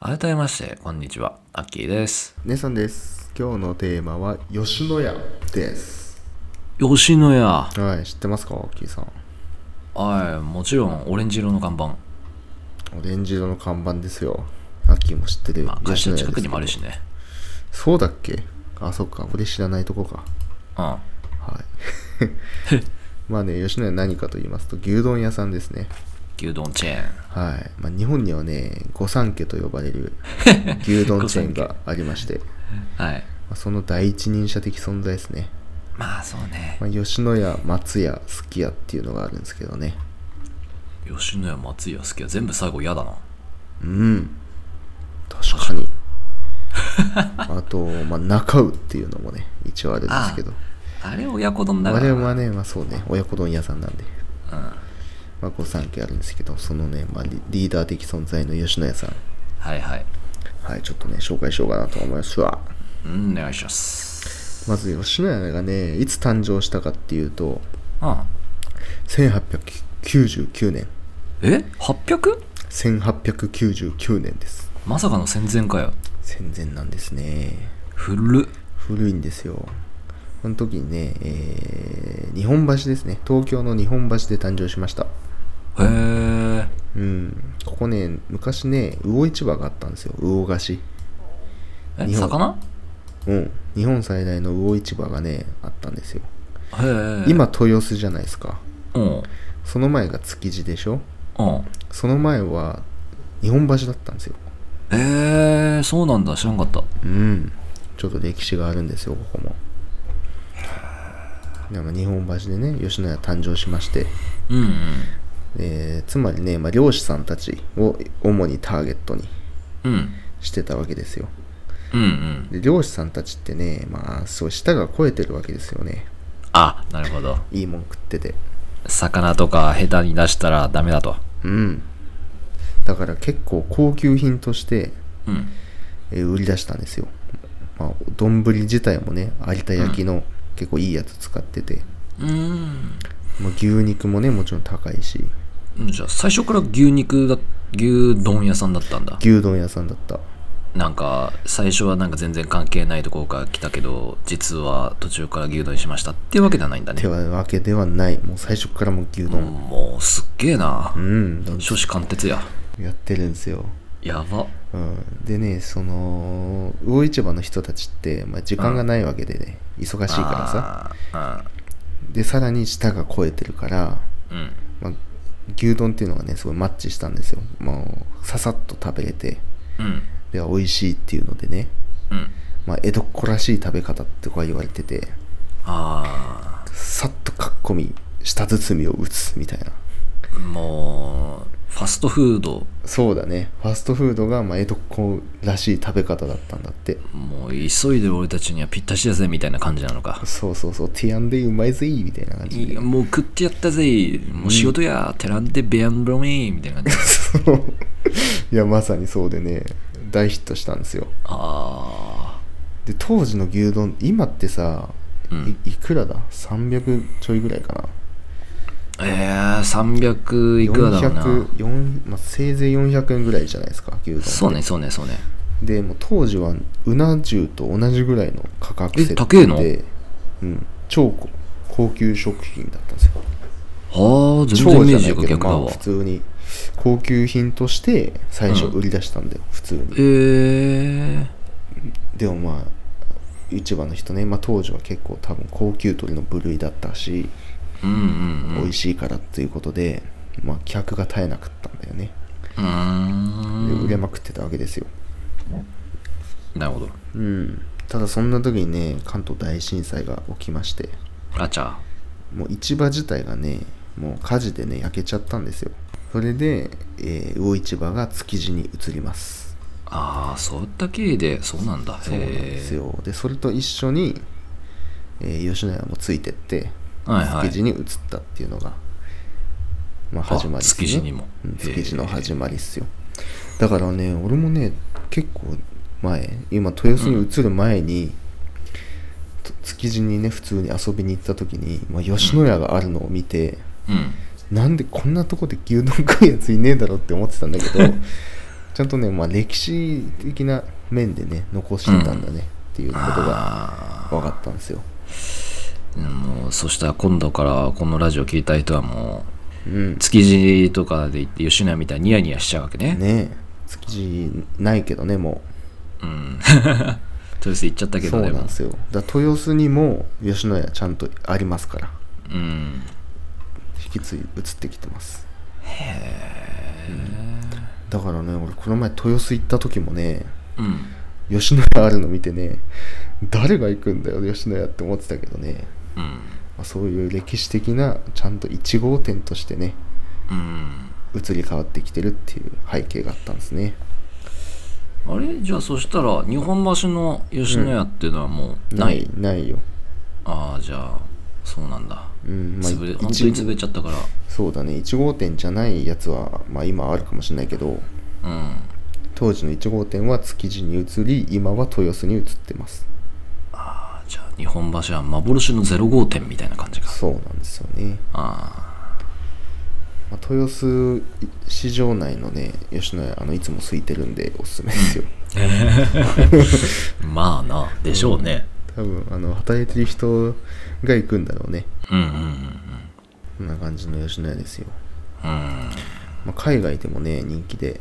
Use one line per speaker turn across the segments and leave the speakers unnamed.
改めましてこんにちはアッキーです
姉さんです。今日のテーマは吉野家です。
吉野家
はい、知ってますか、キーさん。
はいもちろんオレンジ色の看板、
オレンジ色の看板ですよ。アッキーも知ってる。
まあ、会社の近くにもある
吉
しね
野家ですそうだっけあ、そっか。俺知らないとこか。
うん
はい。 まあね、吉野家何かと言いますと、牛丼屋さんですね。
牛丼チェーン
はい、まあ、日本にはね御三家と呼ばれる牛丼チェーンがありまして、ま
はい
あその第一人者的存在ですね、
まあそうね
まあ、吉野家松屋すき家っていうのがあるんですけどね
吉野家松屋好きは全部最後嫌だな
うん確かにあと、まあ、中尾っていうのもね一応あるんですけど
あれ親子丼だ
あ
から
れ
な
はね、まあ、そうね親子丼屋さんなんで、まあ、御三家あるんですけどそのね、まあ、リリーダー的存在の吉野家さん
うんはいはい
はいちょっとね紹介しようかなと思いますわ
うんお願いします
まず吉野家がねいつ誕生したかっていうと
うん
1899年
え 800?
1899年です
まさかの戦前かよ
戦前なんですね
古っ
古いんですよこの時にね、えー日本橋ですね東京の日本橋で誕生しました
へえ
うんここね昔ね魚市場があったんですよ魚菓子
え
日本
魚
うん日本最大の魚市場がねあったんですよ
へえ
今豊洲じゃないですか
うん
その前が築地でしょ
うん
その前は日本橋だったんですよ
えー、そうなんだ知らんかった
うんちょっと歴史があるんですよここもでも日本橋でね吉野家誕生しまして、
うんうん
えーつまりね、まあ、漁師さんたちを主にターゲットに
うん
してたわけですよ
うんうん
で漁師さんたちってねまあそう舌が肥えてるわけですよね
あなるほど
いいもん食ってて
魚とか下手に出したらダメだと
うんだから結構高級品として、
うん
えー売り出したんですよまあ丼自体もね有田焼の結構いいやつ使ってて、
うーん
まあ、牛肉もねもちろん高いし
じゃあ最初から牛肉だ牛丼屋さんだったんだ
牛丼屋さんだった
なんか最初はなんか全然関係ないところから来たけど実は途中から牛丼にしましたっていうわけじゃないんだね
てわけではないもう最初からもう牛丼
もうすっげえな
うん、どん
初子貫徹や
やってるんですよ、
やば
うん、でねその魚市場の人たちって、まあ、時間がないわけでね忙しいからさ
さ
でさらに舌が肥えてるから、
うん
まあ、牛丼っていうのがねすごいマッチしたんですよもうささっと食べれて
うん
で美味しいっていうのでね、
うん
まあ、江戸っ子らしい食べ方とか言われてて
あ
さっとかっこみ舌包みを打つみたいな
あもうファストフード
そうだねファストフードがまあ江戸っ子らしい食べ方だったんだって
もう急いでる俺たちにはぴったしだぜみたいな感じなのか
そうそうそうティアンでうまいぜみたいな感じ
い
で
やもう食ってやったぜもう仕事やテランでベアンブロミーみたいな感じ
そう いやまさにそうでね大ヒットしたんですよ
あ
で当時の牛丼今ってさ、
うん
いいくらだ300ちょいぐらいかな
あえー、300いくらだろうな
400 4まあ、せいぜい400円ぐらいじゃないですか牛丼って
そうねそうねそうね
でもう当時はうな重と同じぐらいの価格設定
え高えの
で、うん、超高高級食品だったんですよ
はあ全然イ
超
メ
じ
ー
ゃ
ジ
な
が
いけど、
逆だ
まあ、
わ
普通に高級品として最初売り出したんだよ、普通
え
に
ー、
でもまあ市場の人ね、まあ、当時は結構多分高級鳥の部類だったし、
うんうんうん
美
う
味しいからっていうことで、まあ、客が絶えなかったんだよね
ー
で
ん
売れまくってたわけですよ、
なるほど
うん、ただそんな時にね関東大震災が起きまして
あちゃ
もう市場自体がねもう火事でね焼けちゃったんですよそれで、えー魚市場が築地に移ります
ああそういった経緯でそうなんだ
そうなんですよでそれと一緒に、えー吉野家もついてって
へーはいはい
築地に移ったっていうのが、まあ
あ
始まりですね
築地にも
うん築地の始
ま
まりっすよだからね俺もね結構前今豊洲に移る前に、と築地にね普通に遊びに行った時に、まあ、吉野家があるのを見て、
うん
なんでこんなとこで牛丼食うやついねえだろって思ってたんだけ どちゃんとね、まあ、歴史的な面でね残してたんだねっていうことが
あ
分かったんですよ、
ーうんもうそしたら今度からこのラジオ聞いた人はも
うん
う、築地とかで行って吉野家みたいにニヤニヤしちゃうわけね
ねえ築地ないけどねも
うん豊洲行っちゃった
う
けど
そう
で
なん
も
ですよだから豊洲にも吉野家ちゃんとありますから
うん
引き継い移ってきてますへえだからね俺この前豊洲行った時もね
うん
吉野家あるの見てね誰が行くんだよ吉野家って思ってたけどね、
うん
まあ、そういう歴史的なちゃんと1号店としてね
うん
移り変わってきてるっていう背景があったんですね
あれじゃあそしたら日本橋の吉野家っていうのはもうない、
ないよ
ああじゃあそうなんだ、
うんまあ
潰れ
一
本当に潰れちゃったから
そうだね1号店じゃないやつは、まあ、今あるかもしれないけど
うん
当時の1号店は築地に移り今は豊洲に移ってます
あじゃあ日本橋は幻の0号店みたいな感じか
そうなんですよね
あ
まあ、豊洲市場内のね吉野家あのいつも空いてるんでおすすめですよ
あまあなでしょうね、
多分あの働いてる人が行くんだろうね
うん、うんうん
こんな感じの吉野家ですよ、
うん
まあ、海外でもね人気で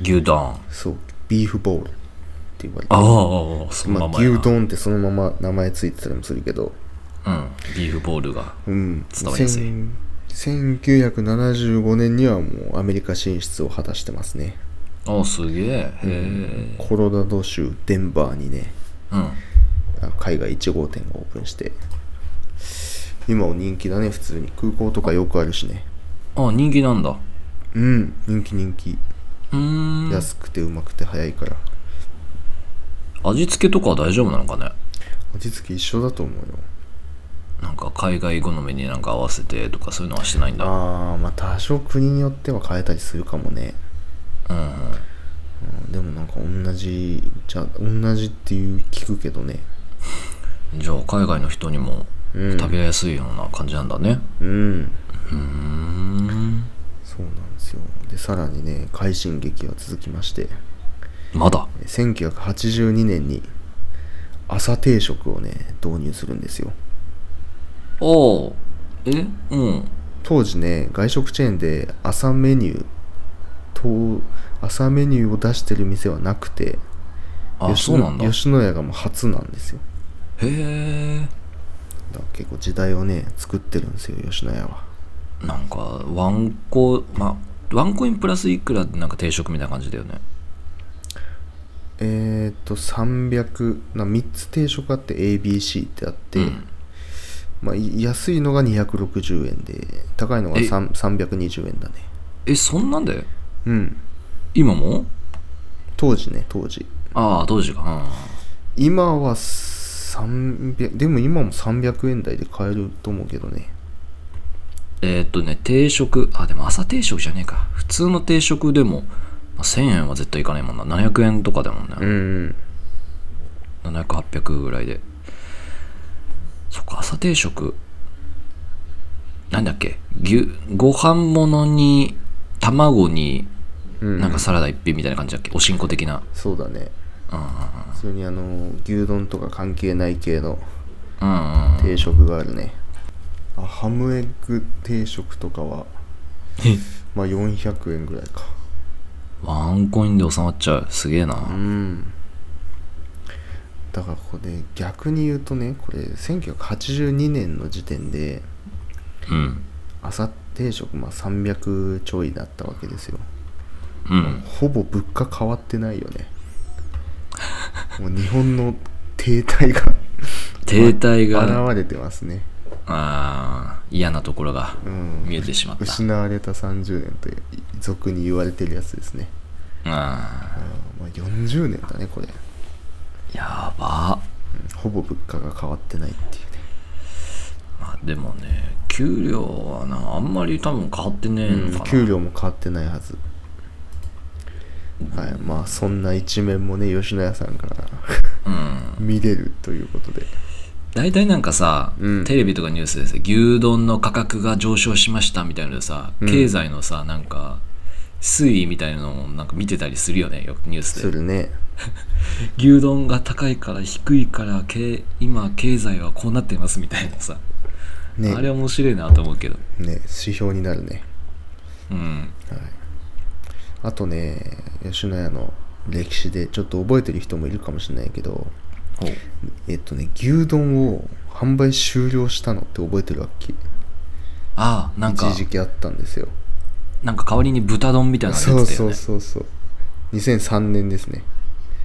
牛丼
そうビーフボールって言われて
ああその
ま
ま
あ、
まやな
牛丼ってそのまま名前ついてたりもするけど
うんビーフボールが
うん
伝わりやすい
千1975年にはもうアメリカ進出を果たしてますね
ああすげえへえ
コロラド州デンバーにね
うん
あ海外1号店がオープンして今も人気だね普通に空港とかよくあるしね
ああ人気なんだう
うん人気人気
ーん
安くてうまくて早いから
味付けとかは大丈夫なのかね
味付け一緒だと思うよ
なんか海外好みになんか合わせてとかそういうのはしてないんだ
あーまあ多少国によっては変えたりするかもね、
うんうん
うん、でもなんか同じじゃ同じっていう聞くけどね
じゃあ海外の人にも
うん
食べやすいような感じなんだね
うん
うーん
そうなんですよでさらにね快進撃は続きまして
まだ
1982年に朝定食をね導入するんですよ
おおえうん
当時ね外食チェーンで朝メニューと朝メニューを出してる店はなくて
あ
吉
そうなんだへ
吉野家がもう初なんですよ
え
だから結構時代をね作ってるんですよ吉野家は
なんかワンコまあワンコインプラスいくらでなんか定食みたいな感じだよね
えっ、ー、と300な3つ定食あって ABC ってあって、
うん
まあ、い安いのが260円で高いのが
え
3 320円だね
えそんなんで
うん
今も
当時ね当時
ああ当時か
今は300でも今も300円台で買えると思うけどね
うんえーっとね定食あでも朝定食じゃねえか普通の定食でも、まあ、1000円は絶対いかないもんな700円とかだもんね、
うん
700800ぐらいでそっか朝定食なんだっけ牛ご飯物に卵に
うん
なんかサラダ一品みたいな感じだっけ、おしんこ的な
そうだね
うんうん
普通にあの牛丼とか関係ない系の
うんうんうん
定食があるねあハムエッグ定食とかはまあ400円ぐらいか
ワンコインで収まっちゃうすげえな、
うんだからここで逆に言うとねこれ1982年の時点で
うん
朝定食まあ300ちょいだったわけですよ
うん
ほぼ物価変わってないよねもう日本の停滞
停滞が
が現れてますね
うあー嫌なところが
うん
見えてしまった、
失われた30年という俗に言われてるやつですね、
あ
うんまあ、40年だねこれ、う
ーやば
んほぼ物価が変わってないっていうね
まあでもね給料はなあんまり多分変わってねえのかな、
給料も変わってないはず、はいまあそんな一面もね吉野家さんから
うん
見れるということで
大体なんかさ、
うん
テレビとかニュースでさ牛丼の価格が上昇しましたみたいなのでさ、
うん
経済のさなんか推移みたいなのをなんか見てたりするよねよくニュース
す
で
るね
牛丼が高いから低いからけ今経済はこうなってますみたいなさ、
ね
あれ面白いなと思うけど
ね指標になるね、
うん
はい、あとね吉野家の歴史でちょっと覚えてる人もいるかもしれないけど
ほう
えっとね牛丼を販売終了したのって覚えてるわけ
ああなんか
一時期あったんですよ
なんか代わりに豚丼みたいなの
そ
や
う
つだよ
そ
ね
うそうそう2003年ですね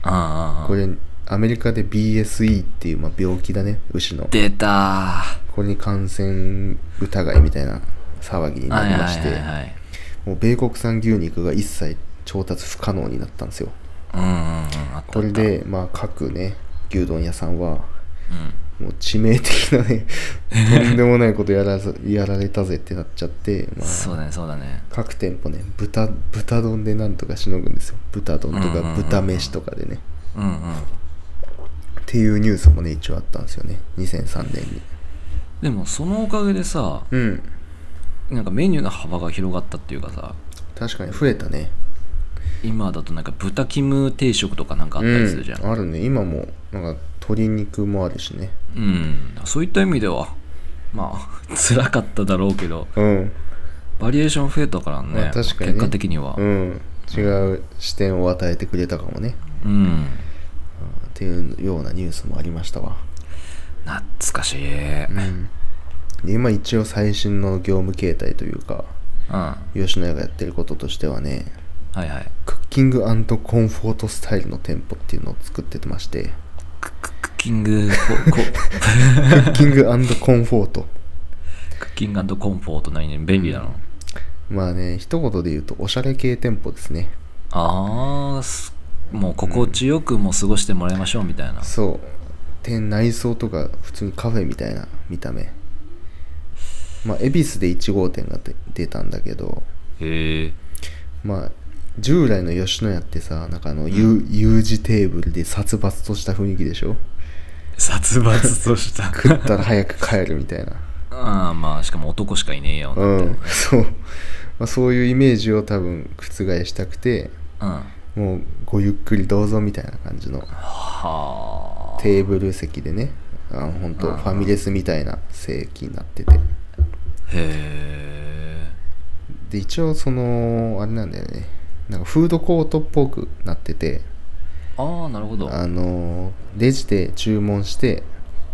ああああ
これアメリカで BSE っていう、まあ、病気だね牛の
出た
これに感染疑いみたいな騒ぎ
ー
に
は
ないり
はい
まして、
はいはい
もう米国産牛肉が一切調達不可能になったんですよ
うんうんうんあったあった
これで、まあ、各ね牛丼屋さんは
うん
もう致命的な ねとんでもないことやらざやられたぜってなっちゃって、まあ、
そうだねそうだね
各店舗ね豚豚丼でなんとかしのぐんですよ豚丼と
うんうんうんう
か
ん
豚飯とかでね
うんうん
っていうニュースもね一応あったんですよね2003年に
でもそのおかげでさ
うん
なんかメニューの幅が広がったっていうかさ
確かに増えたね
今だとなんか豚キム定食とかなんかあったりするじゃん、
うん、あるね今もなんか鶏肉もあるしね
うん、そういった意味ではまあ 辛かっただろうけど
うん、
バリエーション増えたからね,、
まあ確かにね
結果的には
うん、違う視点を与えてくれたかもね、
うん、
うんっていうようなニュースもありましたわ、
懐かしい、う
うんん、で今一応最新の業務形態というか
は
吉野家がやってることとしてはね
いはい
クッキングコンフォートスタイルの店舗っていうのを作ってまして
クククッキングここ
クッキングコンフォート
クッキングコンフォート何々便利なの、
まあね一言で言うとおしゃれ系店舗ですね
ああもう心地よくもう過ごしてもらいましょうみたいな、
そう店内装とか普通にカフェみたいな見た目まあ恵比寿で1号店が出出たんだけど
へえ
まあ従来の吉野家ってさなんかあの U, U 字テーブルで殺伐とした雰囲気でしょ
殺伐とした
食ったら早 く帰るみたいな
ああまあしかも男しかいねえよ
う
なって
んそう、まあ、そういうイメージを多分覆したくて
うんは
もうごゆっくりどうぞみたいな感じの
あ
テーブル席でねあの本当
うん
ファミレスみたいな席になってて
へえ
で一応そのあれなんだよねなんかフードコートっぽくなってて
ああなるほど
あのレジで注文して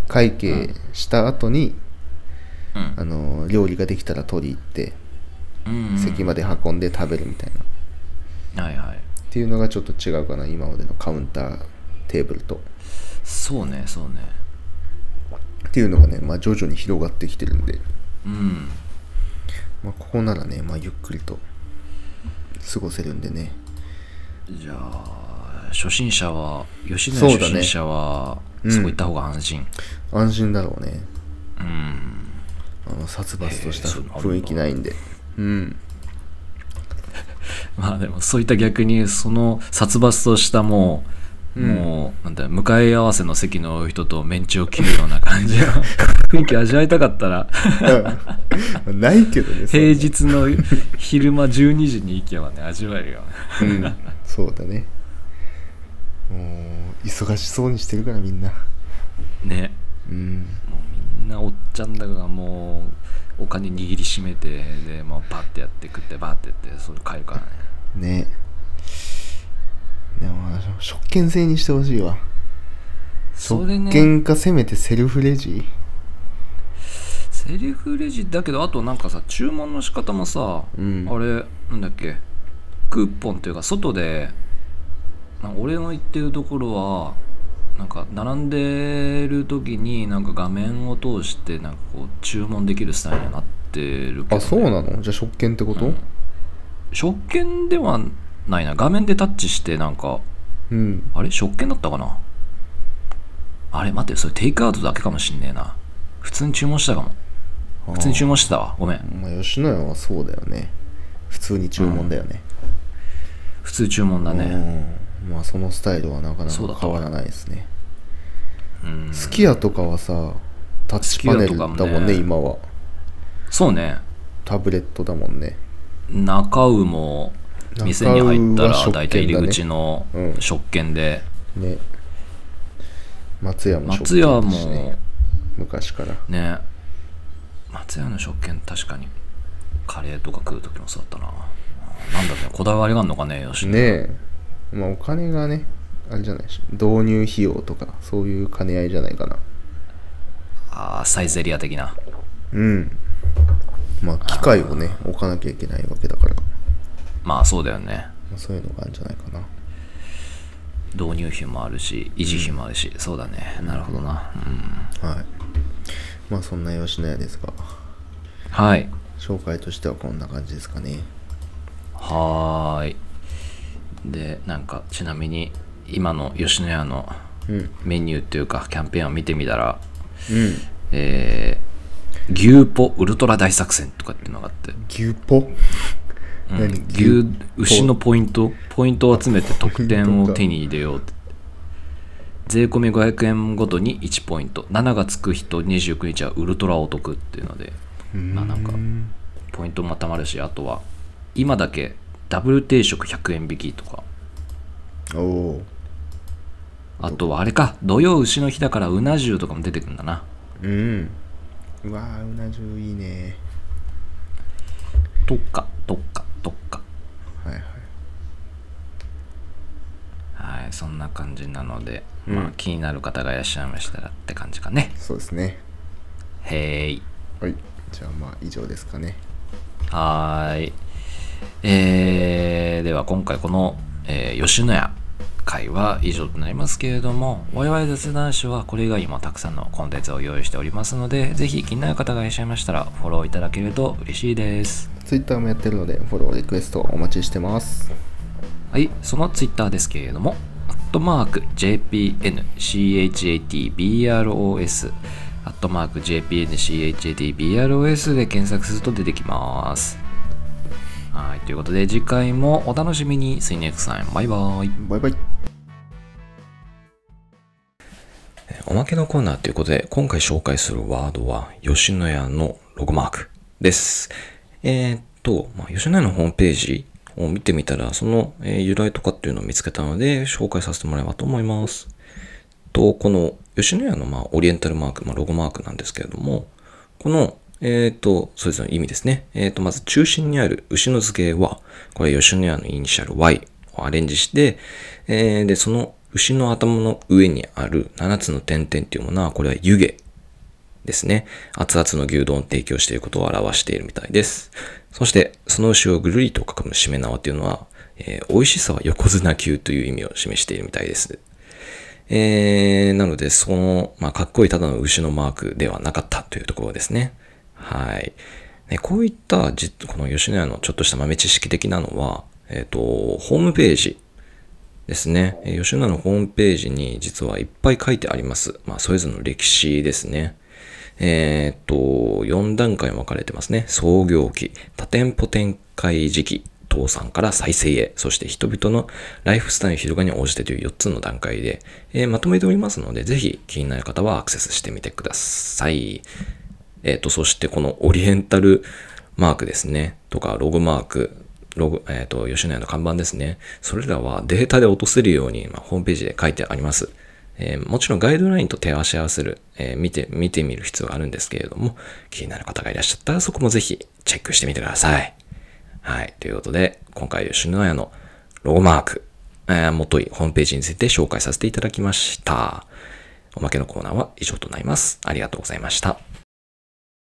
会計した後
う
に、
ん
あの料理ができたら取り行って
うん
席まで運んで食べるみたいな、っ
はいはい
ていうのがちょっと違うかな今までのカウンターテーブルと
そうねそうね
っていうのがね、まあ、徐々に広がってきてるんで、
うん
まあ、ここならね、まあ、ゆっくりと過ごせるんでね
じゃあ初心者は吉野
そ
家
うだ
初心
ね
者は
うん
そこ行った方が安心
安心だろうね
うん、
あの殺伐とした
へえそうなんだ
雰囲気ないんでうん
まあでもそういった逆にその殺伐としたもう、
うん
もうなんだろう向かい合わせの席の人とメンチを切るような感じの 雰囲気味わいたかったら
うん ないけどねそんな
平日の昼間12時に行けばね味わえるよ
うんそうだねもう忙しそうにしてるからみんな
ね
うん
みんなおっちゃんだがもうお金握りしめてでもうパッてやって食ってバーってやってそれ帰るからね
ねでもまあ職権制にしてほしいわ
そ
職
れね
権かせめてセルフレジ
セリフレジだけどあとなんかさ注文の仕方もさ、
うん
あれなんだっけクーポンっていうか外でなんか俺の言ってるところはなんか並んでる時になんか画面を通してなんかこう注文できるスタイルになってるけどね、
あそうなのじゃあ食券ってこと、
うん食券ではないな画面でタッチしてなんか
うん。
あれ食券だったかなあれ待ってそれテイクアウトだけかもしんねえな普通に注文したかも普通に注文してたわごめん
まあ、吉野家はそうだよね。普通に注文だよね。
普通注文だね
うん。まあ、そのスタイルはなかな
そうだ
か
った
変わらないですね。
うん
すき家とかはさ、タッチパネルだもん
すき家とかも
ね、
ね
今は。
そうね
タブレットだもんね。
中尾も店に入った
中尾は
ら
食券だね
大体入り口の
うん
食券で、
ね。松屋も
松屋
だし
も
ね。昔から。
ね松屋の食券確かにカレーとか食う時もそうだったななんだろうねこだわりがあるのかね吉野
ねえ。まあ、お金がね、あれじゃないし、導入費用とか、そういう兼ね合いじゃないかな。
あーサイゼリア的な
うん。まあ、機械をね、置かなきゃいけないわけだから、ま
まあそうだよね
あ、そういうのがあるんじゃないかな。
導入費もあるし維持費もあるし、そうだねなるほどな、うん、
はい。まあそんな吉野家ですが、
はい
紹介としてはこんな感じですかね。
はーいでなんかちなみに今の吉野家の
うん。うん。
メニューっていうかキャンペーンを見てみたらえー牛ポウルトラ大作戦とかっていうのがあって、
牛ポ
うん
何
牛牛のポイントポイントを集めて得点を手に入れようって税込み500円ごとに1ポイント7がつく日と29日はウルトラお得っていうのでまあなんか
うん
ポイントもたまるしあとは今だけダブル定食100円引きとか
おお
あとはあれか土曜牛の日だからうな重とかも出てくるんだな
ー。うん。うわーうな重いいね。
とかとかとか
はいはい。
はいそんな感じなので、
うん
まあ気になる方がいらっしゃいましたらって感じかね
そうですね。
へーい
はい。じゃあまあ以上ですかね。
はーい。えーでは今回この、えー吉野家会は以上となりますけれども、我々雑談師はこれ以外にもたくさんのコンテンツを用意しておりますので、ぜひ気になる方がいらっしゃいましたら、フォローいただけると嬉しいです。
Twitter もやってるので、フォロー、リクエストお待ちしてます。
はい、そのツイッターですけれども、アットマーク JPNCHATBROS、アットマーク JPNCHATBROS で検索すると出てきます。はい、ということで次回もお楽しみに。See you next time. バイバイ。
バイバイ。
おまけのコーナーということで、今回紹介するワードは、吉野家のロゴマークです。えーっと、まあ、吉野家のホームページを見てみたら、その、えー由来とかっていうのを見つけたので、紹介させてもらえばと思います。と、この吉野家の、まあ、オリエンタルマーク、まあ、ロゴマークなんですけれども、この、えーっと、それぞれの意味ですね。えーっと、まず中心にある牛の図形は、これ吉野家のイニシャル Y をアレンジして、えーで、その牛の頭の上にある7つの点々っていうものは、これは湯気ですね。熱々の牛丼を提供していることを表しているみたいです。そして、その牛をぐるりと囲むしめ縄というのは、えー美味しさは横綱級という意味を示しているみたいです。えー、なので、その、まあ、かっこいいただの牛のマークではなかったというところですね。はい。ね、こういった、じこの吉野家のちょっとした豆知識的なのは、えっ、と、ホームページですね。えー吉野家のホームページに実はいっぱい書いてあります。まあ、それぞれの歴史ですね。えーっと、4段階分かれてますね。創業期、多店舗展開時期、倒産から再生へ、そして人々のライフスタイルの広がりに応じてという4つの段階で、えーまとめておりますので、ぜひ気になる方はアクセスしてみてください。えっ、と、そしてこのオリエンタルマークですね。とか、ロゴマーク、ロゴ、えっ、と、吉野家の看板ですね。それらはデータで落とせるように、まあ、ホームページで書いてあります。えーもちろんガイドラインと手をし合わせる、えー見て、見てみる必要があるんですけれども、気になる方がいらっしゃったら、そこもぜひチェックしてみてください。はい。ということで、今回吉野家のロゴマーク、えー、元いホームページについて紹介させていただきました。おまけのコーナーは以上となります。ありがとうございました。